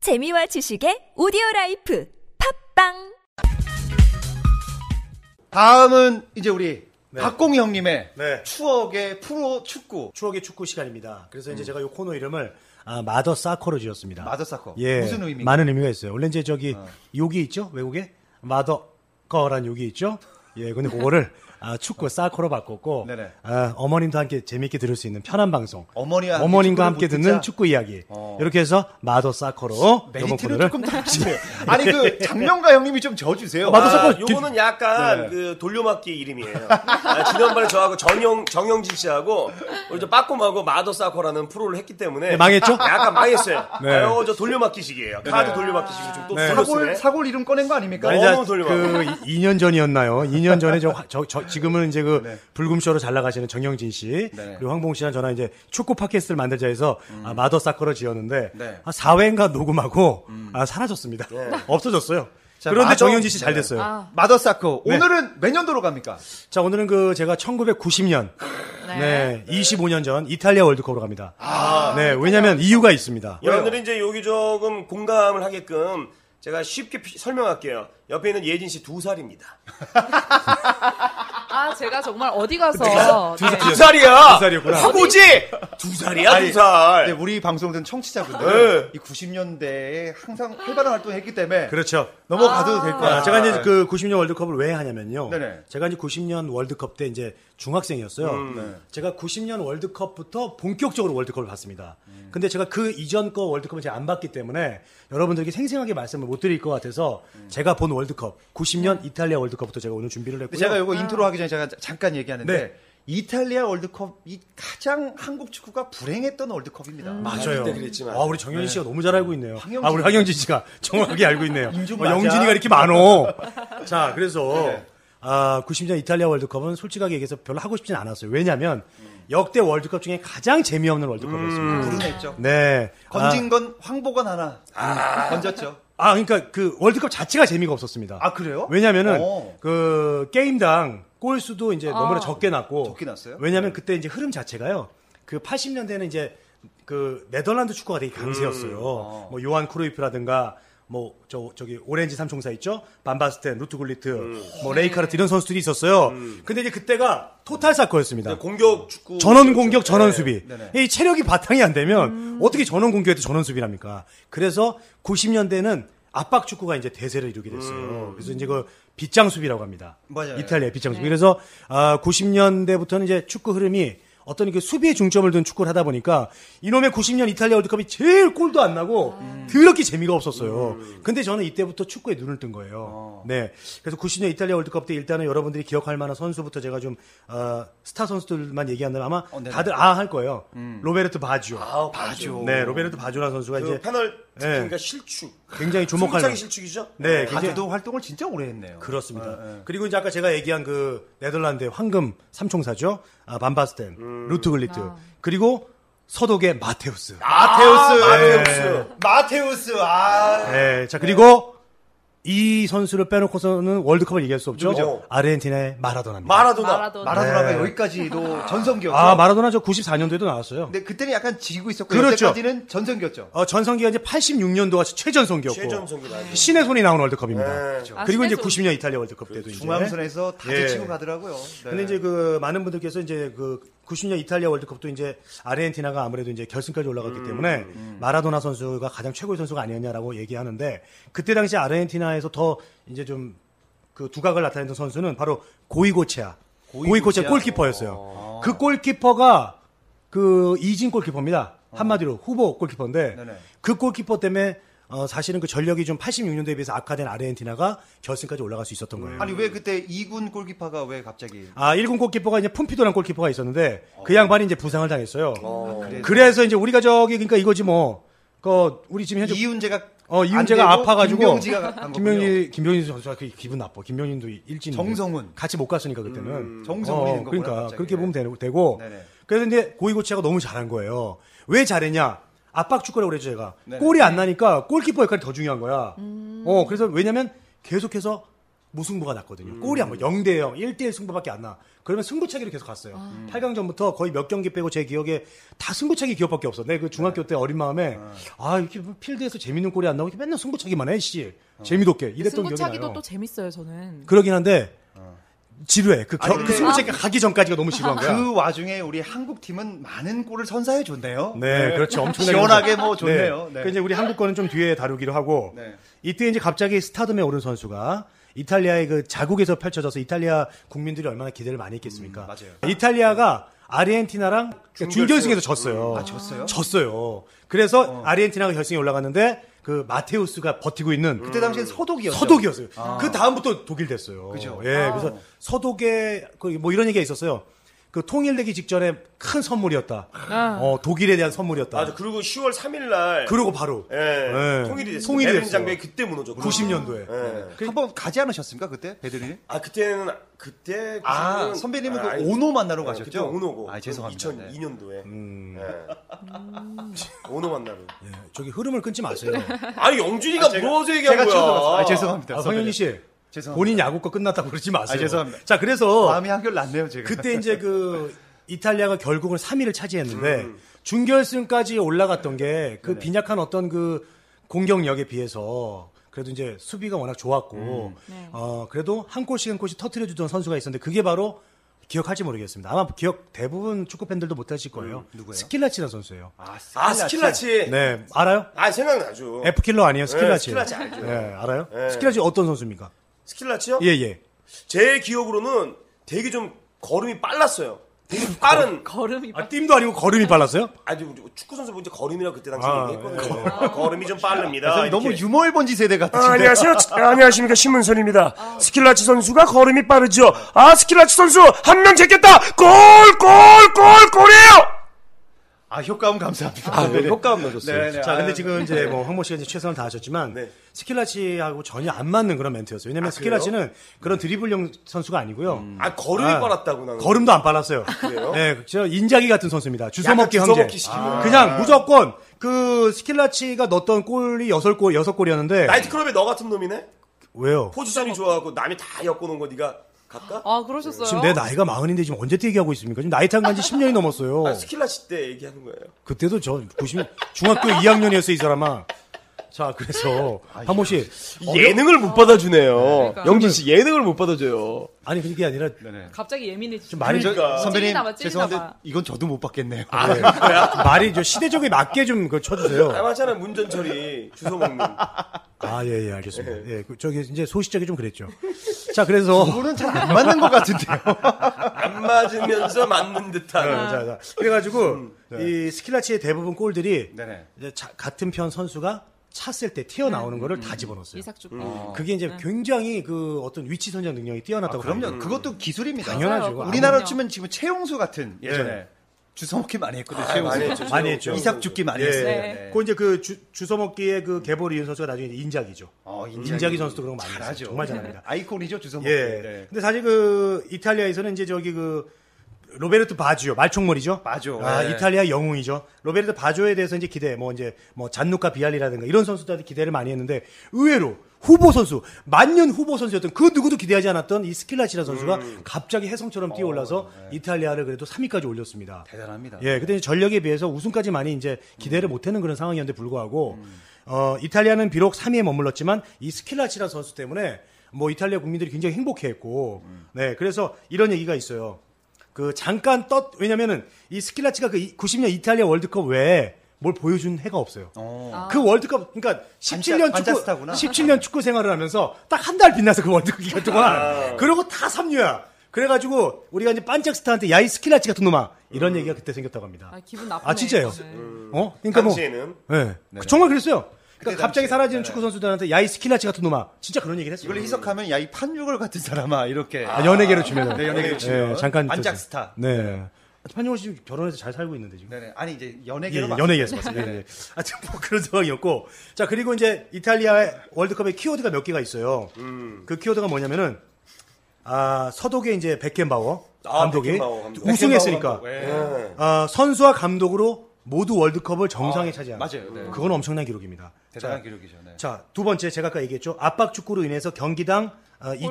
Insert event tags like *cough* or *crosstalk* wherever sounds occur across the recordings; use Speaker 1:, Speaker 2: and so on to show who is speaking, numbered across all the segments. Speaker 1: 재미와 지식의 오디오 라이프 팝빵
Speaker 2: 다음은 이제 우리
Speaker 3: 네.
Speaker 2: 박공희 형님의
Speaker 3: 네.
Speaker 2: 추억의 프로 축구
Speaker 3: 추억의 축구 시간입니다. 그래서 이제 제가 이 코너 이름을 아, 마더 사커로
Speaker 2: 음.
Speaker 3: 지었습니다.
Speaker 2: 마더 사커.
Speaker 3: 예,
Speaker 2: 무슨 의미인가요?
Speaker 3: 많은 의미가 있어요. 원래 이제 저기 욕이 있죠 외국에 마더 거란 욕이 있죠. 예, 근데 그거를 아, 축구 사커로 바꿨고
Speaker 2: 네네.
Speaker 3: 아, 어머님도 함께 재미있게 들을 수 있는 편한 방송.
Speaker 2: 어머니와 함께 축구를
Speaker 3: 어머님과 함께
Speaker 2: 못
Speaker 3: 듣는
Speaker 2: 듣자.
Speaker 3: 축구 이야기.
Speaker 2: 어.
Speaker 3: 이렇게 해서 마더 사커로 이번
Speaker 2: 메리트를
Speaker 3: 코너를
Speaker 2: 조금 더 주세요. 아니 그 장명가 형님이 좀 져주세요.
Speaker 3: 맞아,
Speaker 2: 아,
Speaker 3: 섞어.
Speaker 4: 아, 요거는 약간
Speaker 2: 네.
Speaker 4: 그 돌려막기 이름이에요. 아, 지난번에 저하고 전영 정영진 씨하고 우리 저 빠꼼하고 마더사커라는 프로를 했기 때문에
Speaker 3: 네, 망했죠?
Speaker 4: 약간 망했어요.
Speaker 3: 네.
Speaker 4: 아유, 저 돌려막기식이에요. 카드 돌려막기식으로 좀또
Speaker 3: 네.
Speaker 2: 아, 사골 사골 이름 꺼낸 거 아닙니까?
Speaker 3: 아니,
Speaker 4: 너무
Speaker 3: 자,
Speaker 4: 돌려봐.
Speaker 3: 그 2년 전이었나요? 2년 전에 저, 화- 저- 저- 지금은 이제 그
Speaker 2: 네.
Speaker 3: 불금쇼로 잘 나가시는 정영진 씨
Speaker 2: 네. 음.
Speaker 3: 그리고 황봉 씨랑 저랑 이제 축구 팟캐스트를 만들자 해서 아, 마더 사커를 지었는데
Speaker 2: 네.
Speaker 3: 한 4회인가 녹음하고 아, 사라졌습니다. *laughs* 없어졌어요.
Speaker 2: 자,
Speaker 3: 그런데
Speaker 2: 마더-
Speaker 3: 정영진 씨 잘
Speaker 2: 네.
Speaker 3: 됐어요.
Speaker 2: 마더 사커.
Speaker 3: 네.
Speaker 2: 오늘은 몇 년도로 갑니까?
Speaker 3: 자 오늘은 그 제가 1990년 네, 25년 전 이탈리아 월드컵으로 갑니다. 네 왜냐하면 이유가 있습니다.
Speaker 4: 여러분들이 이제 여기 조금 공감을 하게끔 제가 쉽게 피- 설명할게요. 옆에 있는 예진 씨 두 살입니다.
Speaker 5: 아, 제가 정말 어디 가서
Speaker 2: 아,
Speaker 5: 네.
Speaker 4: 두 살이야.
Speaker 3: 두 살이었구나.
Speaker 4: 하고지. 두 살이야. 두
Speaker 2: 네,
Speaker 4: 살.
Speaker 2: 우리 방송 듣는 청취자분들
Speaker 4: 네.
Speaker 2: 이 90년대에 항상 활발한 활동했기 때문에
Speaker 3: 그렇죠.
Speaker 2: 넘어가도 될 거야.
Speaker 3: 아, 제가 이제 그 90년 월드컵을 왜 하냐면요.
Speaker 2: 네네.
Speaker 3: 제가 이제 90년 월드컵 때 이제 중학생이었어요.
Speaker 2: 음, 네.
Speaker 3: 제가 90년 월드컵부터 본격적으로 월드컵을 봤습니다. 근데 제가 그 이전 거 월드컵을 제가 안 봤기 때문에 여러분들에게 생생하게 말씀을 못 드릴 것 같아서 제가 본 월드컵 90년 이탈리아 월드컵부터 제가 오늘 준비를 했고요.
Speaker 2: 근데 제가 이거 인트로 하기 전에 제가 잠깐 얘기하는데
Speaker 3: 네.
Speaker 2: 이탈리아 월드컵이 가장 한국 축구가 불행했던 월드컵입니다.
Speaker 3: 맞아요.
Speaker 4: 그때 그랬지만.
Speaker 3: 아, 우리 정현 씨가 너무 잘 알고 있네요.
Speaker 2: 황영진.
Speaker 3: 아, 우리 황영진 씨가 *laughs* 정확하게 알고
Speaker 2: *laughs*
Speaker 3: 있네요.
Speaker 2: 인중
Speaker 3: 어,
Speaker 2: 맞아. 네.
Speaker 3: 영진이가
Speaker 2: *laughs*
Speaker 3: 이렇게 많어. 자, 그래서 아, 90년 이탈리아 월드컵은 솔직하게 얘기해서 별로 하고 싶진 않았어요. 왜냐면 역대 월드컵 중에 가장 재미없는 월드컵이었습니다.
Speaker 2: 불운했죠.
Speaker 3: 네.
Speaker 2: 건진 건 황보건 하나 건졌죠.
Speaker 3: 아, 아, 그러니까 그 월드컵 자체가 재미가 없었습니다.
Speaker 2: 아, 그래요?
Speaker 3: 왜냐면은
Speaker 2: 어.
Speaker 3: 그 게임당 골수도 이제 너무나 적게 났고
Speaker 2: 적게 났어요? 네.
Speaker 3: 왜냐면 그때 이제 흐름 자체가요. 그 80년대는 이제 그 네덜란드 축구가 되게 강세였어요.
Speaker 2: 음. 아.
Speaker 3: 뭐 요한 크루이프라든가 뭐 저 저기 오렌지 삼총사 있죠? 반바스텐, 루트 굴리트,
Speaker 2: 음.
Speaker 3: 뭐 레이카르트 이런 선수들이 있었어요. 근데 이제 그때가 토탈
Speaker 2: 네,
Speaker 3: 사커였습니다.
Speaker 4: 공격 축구.
Speaker 3: 네. 전원 공격, 전원 수비.
Speaker 2: 그렇죠. 네네.
Speaker 3: 이 체력이 바탕이 안 되면 어떻게 전원 공격에도 전원 수비랍니까? 그래서 90년대는 압박 축구가 이제 대세를 이루게 됐어요.
Speaker 2: 음.
Speaker 3: 그래서 이제 그 빗장 수비라고 합니다.
Speaker 2: 맞아요.
Speaker 3: 이탈리아 빗장 수비. 그래서 아, 90년대부터는 이제 축구 흐름이 어떤 그 수비에 중점을 둔 축구를 하다 보니까 이놈의 90년 이탈리아 월드컵이 제일 골도 안 나고 더럽게 재미가 없었어요. 근데 저는 이때부터 축구에 눈을 뜬 거예요. 네. 그래서 90년 이탈리아 월드컵 때 일단은 여러분들이 기억할 만한 선수부터 제가 좀 어, 스타 선수들만 얘기한다면 아마
Speaker 2: 어, 네네.
Speaker 3: 다들 아 할 거예요. 로베르트 바지오.
Speaker 4: 아, 바죠.
Speaker 3: 네, 로베르트 바지오라는 선수가
Speaker 4: 그
Speaker 3: 이제
Speaker 4: 패널
Speaker 3: 네.
Speaker 4: 그러니까 실축.
Speaker 3: 굉장히 주목할
Speaker 4: 승부차기
Speaker 3: 만-
Speaker 4: 실축이죠?
Speaker 3: 네,
Speaker 2: 가
Speaker 3: 굉장히
Speaker 2: 제도 활동을 진짜 오래 했네요.
Speaker 3: 그렇습니다.
Speaker 2: 예, 예.
Speaker 3: 그리고 이제 아까 제가 얘기한 그 네덜란드의 황금 삼총사죠. 아, 반바스텐, 루트글리트,
Speaker 5: 아.
Speaker 3: 그리고 서독의 마테우스.
Speaker 4: 아.
Speaker 2: 마테우스, 네.
Speaker 3: 마테우스.
Speaker 2: 마테우스, 아.
Speaker 3: 네, 자 그리고 이 선수를 빼놓고서는 월드컵을 얘기할 수 없죠.
Speaker 4: 누구죠?
Speaker 3: 아르헨티나의 마라도나입니다.
Speaker 4: 마라도나.
Speaker 5: 마라도나.
Speaker 2: 마라도나가
Speaker 3: 네.
Speaker 2: 여기까지도 전성기였죠.
Speaker 3: 아 마라도나 저 94년도에도 나왔어요.
Speaker 2: 근데 그때는 약간 지고 있었고
Speaker 3: 그렇죠.
Speaker 2: 여태까지는 전성기였죠.
Speaker 3: 어, 전성기가 이제 86년도가 최전성기였고
Speaker 4: 최전성기 맞아요.
Speaker 2: 네.
Speaker 3: 신의 손이 나온 월드컵입니다.
Speaker 4: 네.
Speaker 3: 그렇죠.
Speaker 5: 아,
Speaker 3: 그리고 이제
Speaker 5: 신의 손.
Speaker 3: 90년 이탈리아 월드컵 때도 이제
Speaker 2: 중앙선에서 다
Speaker 3: 네. 예.
Speaker 2: 제치고 가더라고요. 네.
Speaker 3: 근데 이제 그 많은 분들께서 이제 그 90년 이탈리아 월드컵도 이제 아르헨티나가 아무래도 이제 결승까지 올라갔기
Speaker 2: 음,
Speaker 3: 때문에 마라도나 선수가 가장 최고의 선수가 아니었냐라고 얘기하는데 그때 당시 아르헨티나에서 더 이제 좀 그 두각을 나타냈던 선수는 바로 고이고체아.
Speaker 2: 고이고체아.
Speaker 3: 고이고체아 골키퍼였어요. 그 골키퍼가 그 이진 골키퍼입니다. 한마디로 후보 골키퍼인데
Speaker 2: 어. 네네.
Speaker 3: 그 골키퍼 때문에 어, 사실은 그 전력이 좀 86년도에 비해서 악화된 아르헨티나가 결승까지 올라갈 수 있었던 거예요.
Speaker 2: 아니 왜 그때 2군 골키퍼가 왜 갑자기
Speaker 3: 아, 1군 골키퍼가 이제 품피도란 골키퍼가 있었는데
Speaker 2: 어.
Speaker 3: 그 양반이 이제 부상을 당했어요.
Speaker 2: 아, 그래서
Speaker 3: 그래서 이제 우리가 저기 그러니까 이거지 뭐. 그 우리 지금 현재
Speaker 2: 이훈재가
Speaker 3: 어,
Speaker 2: 안
Speaker 3: 이훈재가
Speaker 2: 되고
Speaker 3: 아파 가지고
Speaker 2: 김명지가 간 거군요.
Speaker 3: 김명지 김명진 선수가 그 기분 나빠. 김명진도 일진
Speaker 2: 정성훈. 음.
Speaker 3: 같이 못 갔으니까 그때는.
Speaker 2: 정성훈이 된 거구나,
Speaker 3: 그러니까
Speaker 2: 갑자기.
Speaker 3: 그렇게 보면
Speaker 2: 네.
Speaker 3: 되고, 되고.
Speaker 2: 네네.
Speaker 3: 그래서 이제 고이고치아가 너무 잘한 거예요. 왜 잘했냐? 압박 축구라고 그랬죠, 제가.
Speaker 2: 네네. 음.
Speaker 3: 골이 안 나니까 골키퍼 역할이 더 중요한 거야. 어, 그래서 왜냐면 계속해서 무승부가
Speaker 2: 음.
Speaker 3: 났거든요. 골이 아마 0대 0, 1대 1 승부밖에 안 나. 그러면 승부차기로 계속 갔어요.
Speaker 2: 아.
Speaker 3: 8강 전부터 거의 몇 경기 빼고 제 기억에 다 승부차기 기억밖에 없어. 내그 중학교
Speaker 2: 네.
Speaker 3: 때 어린 마음에 아 이렇게 뭐 필드에서 재밌는 골이 안 나오고 이렇게 맨날 승부차기만 해 씨.
Speaker 2: 어.
Speaker 3: 재미롭게 이랬던 기억이
Speaker 5: 그 승부차기도
Speaker 3: 나요.
Speaker 5: 또 재밌어요
Speaker 3: *laughs*
Speaker 5: 저는.
Speaker 3: 그러긴 한데 지루해. 그,
Speaker 2: 어.
Speaker 3: 겨-
Speaker 2: 아니,
Speaker 3: 그
Speaker 2: 근데-
Speaker 3: 승부차기 가기 전까지가 너무
Speaker 5: *laughs*
Speaker 3: 지루한 거야.
Speaker 2: 그 와중에 우리 한국 팀은 많은 골을 선사해 줬네요.
Speaker 3: 네, 그렇죠. 엄청나게
Speaker 2: 시원하게 뭐 좋네요.
Speaker 3: 네.
Speaker 2: 네.
Speaker 3: 그 이제 우리 한국 거는 좀 뒤에 다루기로 하고
Speaker 2: 네.
Speaker 3: 이때 이제 갑자기 스타덤에 오른 선수가 이탈리아의 그 자국에서 펼쳐져서 이탈리아 국민들이 얼마나 기대를 많이 했겠습니까?
Speaker 2: 음, 맞아요.
Speaker 3: 이탈리아가 아르헨티나랑 그러니까 준결승에서 졌어요.
Speaker 2: 아, 졌어요?
Speaker 3: 졌어요. 그래서 아르헨티나가 결승에 올라갔는데 그 마테우스가 버티고 있는
Speaker 2: 그때 당시엔 서독이었죠.
Speaker 3: 서독이었어요. 그 다음부터 독일 됐어요.
Speaker 2: 그죠.
Speaker 3: 예, 그래서 서독에 그 뭐 이런 얘기가 있었어요. 그 통일되기 직전에 큰 선물이었다. 어, 독일에 대한 선물이었다.
Speaker 4: 맞아. 그리고 10월 3일 날
Speaker 3: 그리고 바로
Speaker 4: 예,
Speaker 2: 네.
Speaker 3: 예.
Speaker 4: 통일이 됐어요.
Speaker 3: 통일이
Speaker 4: 베를린
Speaker 3: 됐어요.
Speaker 4: 장벽이 그때 무너졌고.
Speaker 3: 90년도에.
Speaker 4: 예.
Speaker 2: 그 한번 가지 않으셨습니까 그때 배드린?
Speaker 4: 아 그때는 그때
Speaker 2: 아
Speaker 4: 그때는-
Speaker 2: 선배님은 그
Speaker 4: 아니,
Speaker 2: 오노 만나러
Speaker 4: 예, 그때
Speaker 2: 가셨죠?
Speaker 4: 오노고.
Speaker 2: 아 죄송합니다. 네. 음.
Speaker 4: 2002년도에. 예. 음. 오노 만나러.
Speaker 3: 예, 저기 흐름을 끊지 마세요.
Speaker 4: 아니 영준이가 물어서 얘기한
Speaker 2: 제가
Speaker 4: 거야.
Speaker 2: 쳐다봤어요. 아, 죄송합니다.
Speaker 3: 아, 성현이 씨,
Speaker 2: 죄송합니다.
Speaker 3: 본인 야구 거 끝났다고 그러지 마세요.
Speaker 2: 아, 죄송합니다. 아,
Speaker 3: 자, 그래서
Speaker 2: 마음이 한결 났네요 제가.
Speaker 3: 그때 이제 그 이탈리아가 결국은 3위를 차지했는데 준결승까지 올라갔던 게 그 빈약한 어떤 그 공격력에 비해서 그래도 이제 수비가 워낙 좋았고
Speaker 5: 네.
Speaker 3: 어 그래도 한 골씩 한 골씩 터트려 주던 선수가 있었는데 그게 바로 기억할지 모르겠습니다. 아마 기억 대부분 축구 팬들도 못 하실 거예요. 스킬라치라는 선수예요.
Speaker 4: 아 스킬라치.
Speaker 3: 음, 네, 알아요?
Speaker 4: 아 생각나죠.
Speaker 3: F킬러 아니에요? 스킬라치.
Speaker 4: 스킬라치 알죠.
Speaker 3: 예, 알아요?
Speaker 4: 예.
Speaker 3: 스킬라치 어떤 선수입니까?
Speaker 4: 스킬라치요?
Speaker 3: 예, 예.
Speaker 4: 제 기억으로는 되게 좀 걸음이 빨랐어요. 되게 빠른.
Speaker 5: 걸음이
Speaker 3: 아, 팀도 아니고 걸음이 빨랐어요?
Speaker 4: 아니 축구 선수 뭐 이제 걸음이라 그때 당시
Speaker 3: 아,
Speaker 4: 얘기했거든요. 걸음이 좀 빠릅니다.
Speaker 2: 선생님 아, 너무
Speaker 4: 이렇게.
Speaker 2: 유머 일본지 세대
Speaker 6: 아.
Speaker 2: 같으신데.
Speaker 6: 안녕하세요. 안녕하십니까. 신문선입니다. 스킬라치 선수가 걸음이 빠르죠. 아, 스킬라치 선수 한 명 제꼈다. 골, 골, 골, 골이에요.
Speaker 2: 아 효과음 감사합니다.
Speaker 4: 아,
Speaker 2: 네.
Speaker 4: 효과음 넣어줬어요.
Speaker 2: 네, 네.
Speaker 3: 자,
Speaker 2: 아,
Speaker 3: 근데 지금 이제 뭐 황모 씨가 이제 최선을 다하셨지만
Speaker 4: 네.
Speaker 3: 스킬라치하고 전혀 안 맞는 그런 멘트였어요. 왜냐면 스킬라치는 그런 드리블형 선수가 아니고요.
Speaker 4: 아 걸음이
Speaker 3: 아,
Speaker 4: 빨랐다고 나는.
Speaker 3: 걸음도 안 빨랐어요.
Speaker 4: 그래요?
Speaker 3: 네, 저 인자기 같은 선수입니다. 주워먹기
Speaker 4: 약간
Speaker 3: 형제. 아.
Speaker 4: 주워먹기 아. 시키구나.
Speaker 3: 그냥 무조건 그 스킬라치가 넣었던 골이 여섯 골 여섯 골이었는데
Speaker 4: 나이트클럽에 너 같은 놈이네?
Speaker 3: 왜요?
Speaker 4: 포지션이 좋아하고 남이 다 엮어놓은 거 네가 갈까?
Speaker 5: 아 그러셨어요?
Speaker 3: 지금 내 나이가 마흔인데 지금 언제 때 얘기하고 있습니까? 지금 나이 탄 간지 10년이 넘었어요.
Speaker 4: 아, 스킬라치 때 얘기하는 거예요.
Speaker 3: 그때도 저 90, 중학교 2학년이었어, 이 사람아. 자, 그래서,
Speaker 4: 아,
Speaker 3: 한모 씨.
Speaker 4: 예능을 못 받아주네요.
Speaker 5: 그러니까.
Speaker 4: 영진 씨 예능을 못 받아줘요.
Speaker 3: 아니, 그게 아니라,
Speaker 4: 네.
Speaker 5: 갑자기 예민해지. 좀
Speaker 2: 아,
Speaker 3: 말이, 저,
Speaker 2: 저- 선배님
Speaker 5: 찔리나 봐, 찔리나
Speaker 2: 죄송한데
Speaker 5: 봐.
Speaker 2: 이건 저도 못 받겠네요.
Speaker 3: 예. 말이 저 시대적에 맞게 좀 그거
Speaker 4: 아,
Speaker 3: 쳐주세요.
Speaker 4: 맞잖아요. 문전철이 주워 먹는.
Speaker 3: 아, 예, 예, 알겠습니다. 예, 그 저기 이제 소시적이 좀 그랬죠. 자, 그래서.
Speaker 2: 이거는 잘 안 맞는 것 *laughs* 같은데요.
Speaker 4: 안 맞으면서 맞는 듯한.
Speaker 3: 자, 자. 그래가지고, 이 스킬라치의 대부분 골들이, 이제 자- 같은 편 선수가 찼을 때 튀어나오는 거를 다 집어넣었어요.
Speaker 5: 음, 이삭주. 네.
Speaker 3: 그게 이제 굉장히 그 어떤 위치 선정 능력이 뛰어났다고.
Speaker 2: 아, 그럼요.
Speaker 3: 봐요.
Speaker 2: 그것도 기술입니다.
Speaker 3: 당연하죠.
Speaker 5: 맞아요.
Speaker 2: 우리나라로
Speaker 5: 그럼요.
Speaker 2: 치면 지금 최용수 같은 예전에 주워먹기 많이 했거든요. 최용수.
Speaker 4: 많이 했죠.
Speaker 3: 많이 했죠.
Speaker 2: 이삭 죽기 많이
Speaker 3: 예.
Speaker 2: 했어요.
Speaker 5: 네.
Speaker 2: 네.
Speaker 3: 그 이제 그 주, 주서먹기의 그 개볼 이은 선수가 나중에 이제 인작이죠.
Speaker 2: 어,
Speaker 3: 아, 인작이, 선수도 그런 거 많이
Speaker 2: 잘하죠. 네.
Speaker 3: 했어요. 정말 잘합니다.
Speaker 2: 아이콘이죠 주워먹기.
Speaker 3: 예.
Speaker 2: 네.
Speaker 3: 근데 사실 그 이탈리아에서는 이제 저기 그 로베르트 바지오 말총머리죠.
Speaker 2: 바지오.
Speaker 3: 아,
Speaker 2: 네.
Speaker 3: 이탈리아 영웅이죠. 로베르트 바지오에 대해서 이제 기대 뭐 이제 뭐 잔누카 비알리라든가 이런 선수들한테 기대를 많이 했는데 의외로 후보 선수 만년 후보 선수였던 그 누구도 기대하지 않았던 이 스킬라치라 선수가
Speaker 2: 음.
Speaker 3: 갑자기 해성처럼 뛰어올라서 이탈리아를 그래도 3위까지 올렸습니다.
Speaker 2: 네. 대단합니다.
Speaker 3: 예, 그때 이제 전력에 비해서 우승까지 많이 이제
Speaker 2: 음.
Speaker 3: 기대를 못하는 그런 상황이었는데 불구하고 어 이탈리아는 비록 3위에 머물렀지만 이 스킬라치라 선수 때문에 뭐 이탈리아 국민들이 굉장히 행복해했고
Speaker 2: 음.
Speaker 3: 네 그래서 이런 얘기가 있어요. 그 잠깐 떴 왜냐면은 이 스킬라치가 그 90년 이탈리아 월드컵 외에 뭘 보여준 해가 없어요. 그 월드컵 그러니까 17년
Speaker 2: 반짝-
Speaker 3: 축구
Speaker 2: 반짝스타구나.
Speaker 3: 17년 축구 생활을 하면서 딱 한 달 빛나서 그 월드컵 기간 동안
Speaker 2: 아.
Speaker 3: 그러고 다 삼류야. 그래가지고 우리가 이제 반짝스타한테 야이 스킬라치 같은 놈아 이런
Speaker 2: 음.
Speaker 3: 얘기가 그때 생겼다고 합니다.
Speaker 5: 아, 기분 나쁘네.
Speaker 3: 아, 진짜예요.
Speaker 5: 저는.
Speaker 3: 어? 그러니까 뭐
Speaker 4: 당시에는?
Speaker 3: 예. 그 정말 그랬어요.
Speaker 2: 네. 그때
Speaker 3: 그러니까 갑자기
Speaker 2: 당시에.
Speaker 3: 사라지는
Speaker 2: 네.
Speaker 3: 축구 선수들한테 야이 스킬라치 같은 놈아 진짜 그런 얘기를 했어요.
Speaker 2: 이걸 희석하면 야 이 판유걸 같은 사람아 이렇게.
Speaker 3: 아, 연예계로 치면
Speaker 2: 네, 연예계로 치면.
Speaker 3: 잠깐
Speaker 2: 반짝
Speaker 3: 좀-
Speaker 2: 스타.
Speaker 3: 네. 판용호 씨 결혼해서 잘 살고 있는데 지금.
Speaker 2: 네네. 아니 이제
Speaker 3: 예,
Speaker 2: 연예계로.
Speaker 3: 예,
Speaker 2: 막-
Speaker 3: 연예계에서 봤습니다. 예, 예. 하여튼 뭐 그런 상황이었고. 자, 그리고 이제 이탈리아 월드컵에 키워드가 몇 개가 있어요.
Speaker 2: 음.
Speaker 3: 그 키워드가 뭐냐면은, 아, 서독의 이제 백켄바워
Speaker 4: 아,
Speaker 3: 감독이
Speaker 4: 베켄바워 감독.
Speaker 3: 우승했으니까.
Speaker 2: 백현바울 감독. 예.
Speaker 4: 예.
Speaker 3: 아, 선수와 감독으로 모두 월드컵을 정상에 차지한
Speaker 2: 맞아요. 네.
Speaker 3: 그건 엄청난 기록입니다.
Speaker 2: 대단한
Speaker 3: 자,
Speaker 2: 기록이죠. 네.
Speaker 3: 자, 두 번째 제가 아까 얘기했죠. 압박 축구로 인해서 경기당 어, 2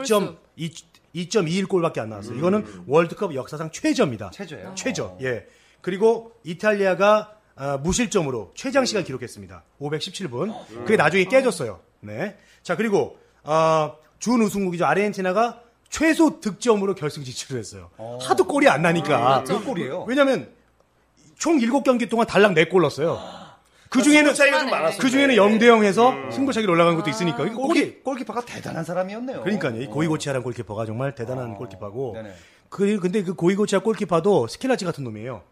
Speaker 3: 2 2.21골밖에 안 나왔어요. 이거는 월드컵 역사상 최저입니다.
Speaker 2: 최저예요?
Speaker 3: 최저. 예. 그리고 이탈리아가 아, 무실점으로 최장 시간 기록했습니다. 517분. 그게 나중에 깨졌어요. 네. 자, 그리고 아, 준 우승국이죠. 아르헨티나가 최소 득점으로 결승 진출을 했어요. 하도 골이 안 나니까.
Speaker 2: 몇 골이에요?
Speaker 3: 왜냐면 총 7경기 동안 달랑 4골 넣었어요. 그 중에는
Speaker 4: 차이가 좀 많았어요.
Speaker 3: 그 중에는 0대 0에서
Speaker 2: 음.
Speaker 3: 승부차기로 올라간 것도 있으니까. 이거 골이
Speaker 2: 골키, 골키퍼가 대단한 사람이었네요. 어.
Speaker 3: 그러니까요. 이 고이고치아라는 골키퍼가 정말 대단한 골키퍼고.
Speaker 2: 아, 네네.
Speaker 3: 그 근데 그 고이고치아 골키퍼도 스킬라치 같은 놈이에요.